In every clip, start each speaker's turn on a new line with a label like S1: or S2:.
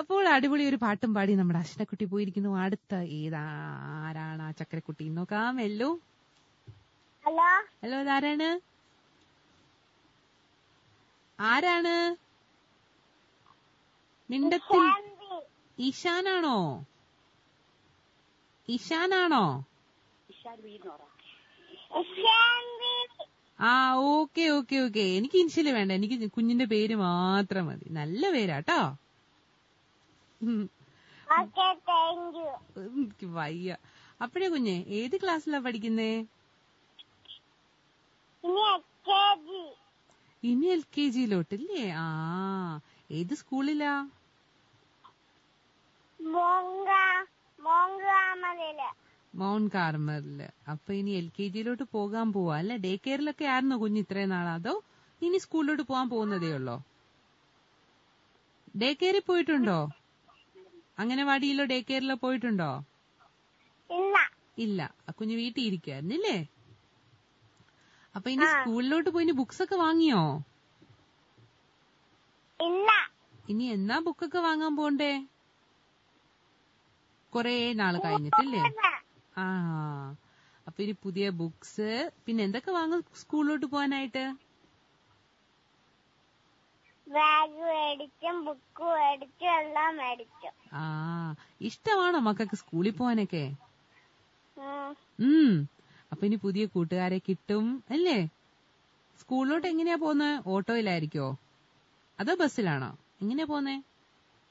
S1: അപ്പോൾ അടിപൊളി ഒരു പാട്ടും പാടി നമ്മുടെ അശ്നക്കുട്ടി പോയിരിക്കുന്നു അടുത്ത ഏതാ ആരാണ് ആ ചക്കരക്കുട്ടി നോക്കാം എല്ലോ
S2: ഹലോ
S1: ഹലോ ഇതാരാണ് ആരാണ് മിണ്ടത്തിൽ
S2: ശാന്തി
S1: ഇഷാനാണോ ഇഷാനാണോ
S2: ശാന്തി
S1: ആ ഓക്കെ ഓക്കെ ഓക്കെ എനിക്ക് ഇൻഷ്യല് വേണ്ട എനിക്ക് കുഞ്ഞിന്റെ പേര് മാത്രം മതി നല്ല പേരാട്ടോ ഉം,
S2: ഓക്കെ താങ്ക് യു
S1: എനിക്ക് വയ്യ അപ്പോഴേ കുഞ്ഞെ ഏത് ക്ലാസ്സിലാ പഠിക്കുന്നേ
S2: ഇനി എക്കെ ജി
S1: ഇനി എൽ കെ ജിയിലോട്ടില്ലേ ആ ഏത് സ്കൂളിലാ
S2: മോങ്ക മോങ്കാമലയില്
S1: മൗണ്ട് കാർമറില് അപ്പൊ ഇനി എൽ കെ ജിയിലോട്ട് പോകാൻ പോവാ അല്ലെ ഡേ കെയറിലൊക്കെ ആയിരുന്നോ കുഞ്ഞ് ഇത്രയും നാൾ അതോ ഇനി സ്കൂളിലോട്ട് പോകാൻ പോകുന്നതേ ഉള്ളോ ഡേ കെയറിൽ പോയിട്ടുണ്ടോ അംഗനവാടിയിലോ ഡേ കെയറിലോ പോയിട്ടുണ്ടോ
S2: ഇല്ല
S1: ഇല്ല ആ കുഞ്ഞ് വീട്ടിൽ ഇരിക്കായിരുന്നില്ലേ അപ്പൊ ഇനി സ്കൂളിലോട്ട് പോയി ഇനി ബുക്സ് ഒക്കെ വാങ്ങിയോ
S2: ഇല്ല
S1: ഇനി എന്നാ ബുക്കൊക്കെ വാങ്ങാൻ പോണ്ടേ കൊറേ നാള് കഴിഞ്ഞിട്ടില്ലേ ആ അപ്പൊ ഇനി പുതിയ ബുക്സ് പിന്നെ എന്തൊക്കെ വാങ്ങും സ്കൂളിലോട്ട് പോകാനായിട്ട്
S2: ബാഗ് മേടിച്ചും ബുക്ക് മേടിച്ചും എല്ലാം മേടിച്ചു
S1: ആ ഇഷ്ടമാണോ മക്കൾക്ക് സ്കൂളിൽ പോകാനൊക്കെ
S2: ഉം.
S1: ഉം അപ്പൊ ഇനി പുതിയ കൂട്ടുകാരെ കിട്ടും അല്ലേ സ്കൂളിലോട്ട് എങ്ങനെയാ പോകുന്നത് ഓട്ടോയിലായിരിക്കോ അതോ ബസ്സിലാണോ എങ്ങനെയാ പോന്നെ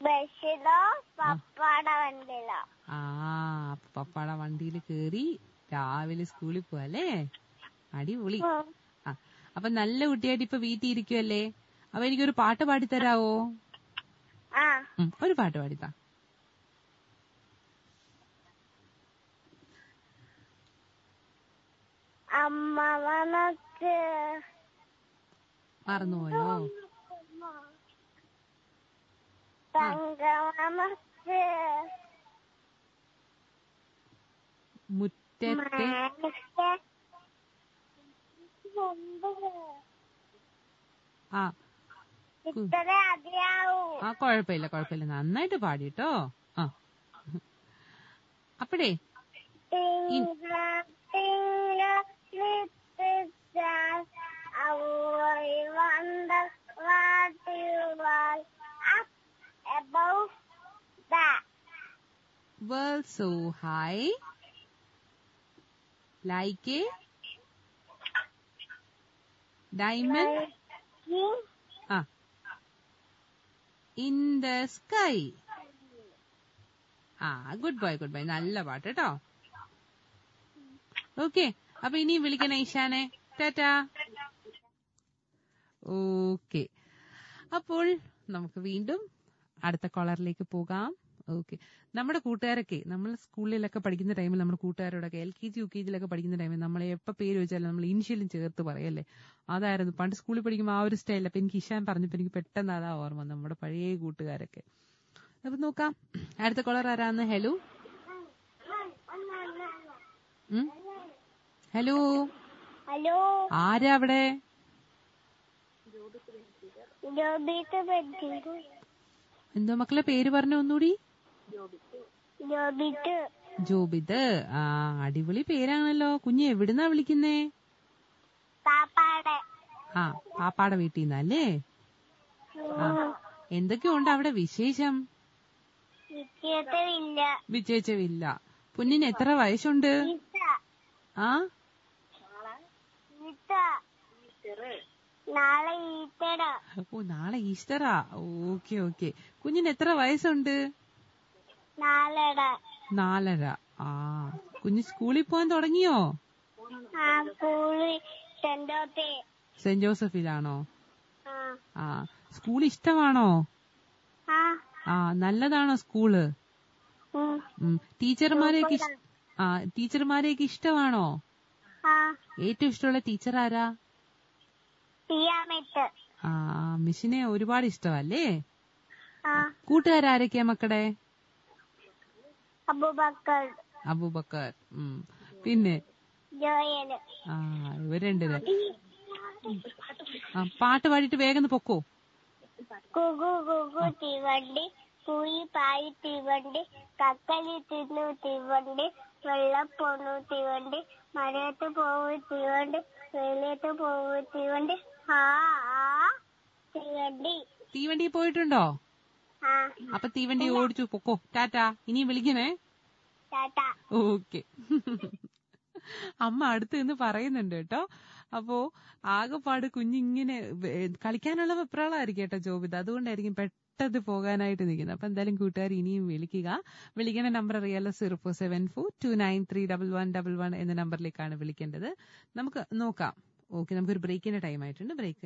S2: ബസ്സിലോ പപ്പാടെ വണ്ടിയിലോ
S1: ആ അപ്പൊ പപ്പാടെ വണ്ടിയിൽ കേറി രാവിലെ സ്കൂളിൽ പോവാ അല്ലേ അടിപൊളി
S2: ഉം.
S1: ആ അപ്പൊ നല്ല കുട്ടിയായിട്ട് ഇപ്പൊ വീട്ടിൽ ഇരിക്കുവല്ലേ അപ്പൊ എനിക്കൊരു പാട്ട് പാടിത്തരാവോ
S2: ആ
S1: ഉം, ഒരു പാട്ട് പാടിത്താ
S2: അമ്മ വന്നക്ക്
S1: മറന്നുപോയോ
S2: തങ്ക വന്നക്ക്
S1: മുറ്റത്തെ ആ
S2: ഇത്ര അതിയാവൂ
S1: ആ കൊഴപ്പില്ല കൊഴപ്പില്ല നന്നായിട്ട് പാടിട്ടോ ആ അപ്പഴേ world so high like a diamond ആ ഇൻ ദ സ്കൈ ആ ഗുഡ് ബൈ ഗുഡ് ബൈ നല്ല പാട്ട് കേട്ടോ ഓക്കെ അപ്പൊ ഇനി വിളിക്കണേ ഇഷാനെ ടാറ്റാ ഓക്കെ അപ്പോൾ നമുക്ക് വീണ്ടും അടുത്ത കോളറിലേക്ക് പോകാം ഓക്കെ നമ്മുടെ കൂട്ടുകാരൊക്കെ നമ്മൾ സ്കൂളിലൊക്കെ പഠിക്കുന്ന ടൈമിൽ നമ്മുടെ കൂട്ടുകാരോടൊക്കെ L K G U K ജിയിലൊക്കെ പഠിക്കുന്ന ടൈമിൽ നമ്മൾ എപ്പോൾ പേര് വെച്ചാലും നമ്മൾ ഇനിഷ്യലും ചേർത്ത് പറയല്ലേ അതായിരുന്നു പണ്ട് സ്കൂളിൽ പഠിക്കുമ്പോൾ ആ ഒരു സ്റ്റൈൽ അപ്പൊ എനിക്ക് ഇഷാൻ പറഞ്ഞപ്പോൾ എനിക്ക് പെട്ടെന്ന് അതാ ഓർമ്മ വന്നത്, നമ്മുടെ പഴയ കൂട്ടുകാരൊക്കെ അപ്പൊ നോക്കാം അടുത്ത കോളർ ആരാന്ന് ഹലോ ഉം? ഹലോ
S2: ഹലോ
S1: ആരാ അവിടെ
S2: ജോബിക്ക് പറ്റിയത്
S1: എന്തോ മക്കളെ പേര് പറഞ്ഞു ഒന്നുകൂടി
S2: ജോബിക്ക്
S1: ജോബിത് ആ അടിപൊളി പേരാണല്ലോ കുഞ്ഞ് എവിടുന്നാ വിളിക്കുന്നേ
S2: പാപ്പാടെ
S1: ആ പാപ്പാടെ വീട്ടിൽ നിന്നല്ലേ ആ എന്തൊക്കെയുണ്ട് അവിടെ വിശേഷം
S2: വിജയത്തില്ല
S1: വിജയിച്ചവില്ല പൊന്നിന് എത്ര വയസ്സുണ്ട്
S2: ഈത്ത
S1: ആ
S2: ഈത്ത നാളെ ഈത്തട
S1: ഓ നാളെ ഈസ്റ്ററാ ഓക്കെ ഓക്കെ കുഞ്ഞിന് എത്ര വയസ്സുണ്ട്
S2: നാലട
S1: നാലര ആ കുഞ്ഞ് സ്കൂളിൽ പോകാൻ തുടങ്ങിയോ
S2: ആ പൂളി ചെണ്ടോത്തി
S1: സെന്റ് ജോസഫിലാണോ
S2: ആ
S1: ആ സ്കൂൾ ഇഷ്ടമാണോ
S2: ആ
S1: ആ നല്ലതാണോ സ്കൂള്
S2: ഉം.
S1: ഉം. ടീച്ചർമാരെയൊക്കെ ഇഷ്- ആ ടീച്ചർമാരെയൊക്കെ ഇഷ്ടമാണോ
S2: ആ
S1: ഏറ്റവും ഇഷ്ടമുള്ള ടീച്ചർ ആരാ
S2: തീയാമെട്ട്
S1: ആ മിസ്സിനെ ഒരുപാട് ഇഷ്ടമല്ലേ
S2: ആ
S1: കൂട്ടുകാരൊക്കെയാ മക്കളെ
S2: അബൂബക്കർ
S1: അബൂബക്കർ ഉം. പിന്നെ
S2: ജോയല്
S1: ആ ഇവര് രണ്ടുപേര് ആ പാട്ട് പാടിയിട്ട് വേഗം ഒന്ന് പൊക്കോ
S2: കുകു കുകു തീവണ്ടി കുഴി പായി തീവണ്ട് കക്കളി തിന്നു തീവണ്ട് വെള്ളപ്പൊണു തീവണ്ട് മരത്ത് പോവ് തീവണ്ട് വെയിലത്ത് പോവ് തീവണ്ട് ആ ആ തീവണ്ടി
S1: തീവണ്ടി പോയിട്ടുണ്ടോ
S2: ആ
S1: അപ്പൊ തീവണ്ടി ഓടിച്ചു പൊക്കോ ടാറ്റാ ഇനിയും വിളിക്കണേ
S2: ടാറ്റ
S1: ഓക്കെ അമ്മ അടുത്ത് നിന്ന് പറയുന്നുണ്ട് കേട്ടോ അപ്പോ ആകെപ്പാട് കുഞ്ഞിങ്ങനെ വേ- കളിക്കാനുള്ള വെപ്രാളായിരിക്കും കേട്ടോ ജോബിത് അതുകൊണ്ടായിരിക്കും പെട്ടത് പോകാനായിട്ട് നിൽക്കുന്നത് അപ്പൊ എന്തായാലും കൂട്ടുകാർ ഇനിയും വിളിക്കുക വിളിക്കേണ്ട നമ്പർ അറിയാലോ zero seven four two nine three double one double one എന്ന നമ്പറിലേക്കാണ് വിളിക്കേണ്ടത് നമുക്ക് നോക്കാം ഓക്കെ നമുക്കൊരു ബ്രേക്കിന്റെ ടൈം ആയിട്ടുണ്ട് ബ്രേക്ക്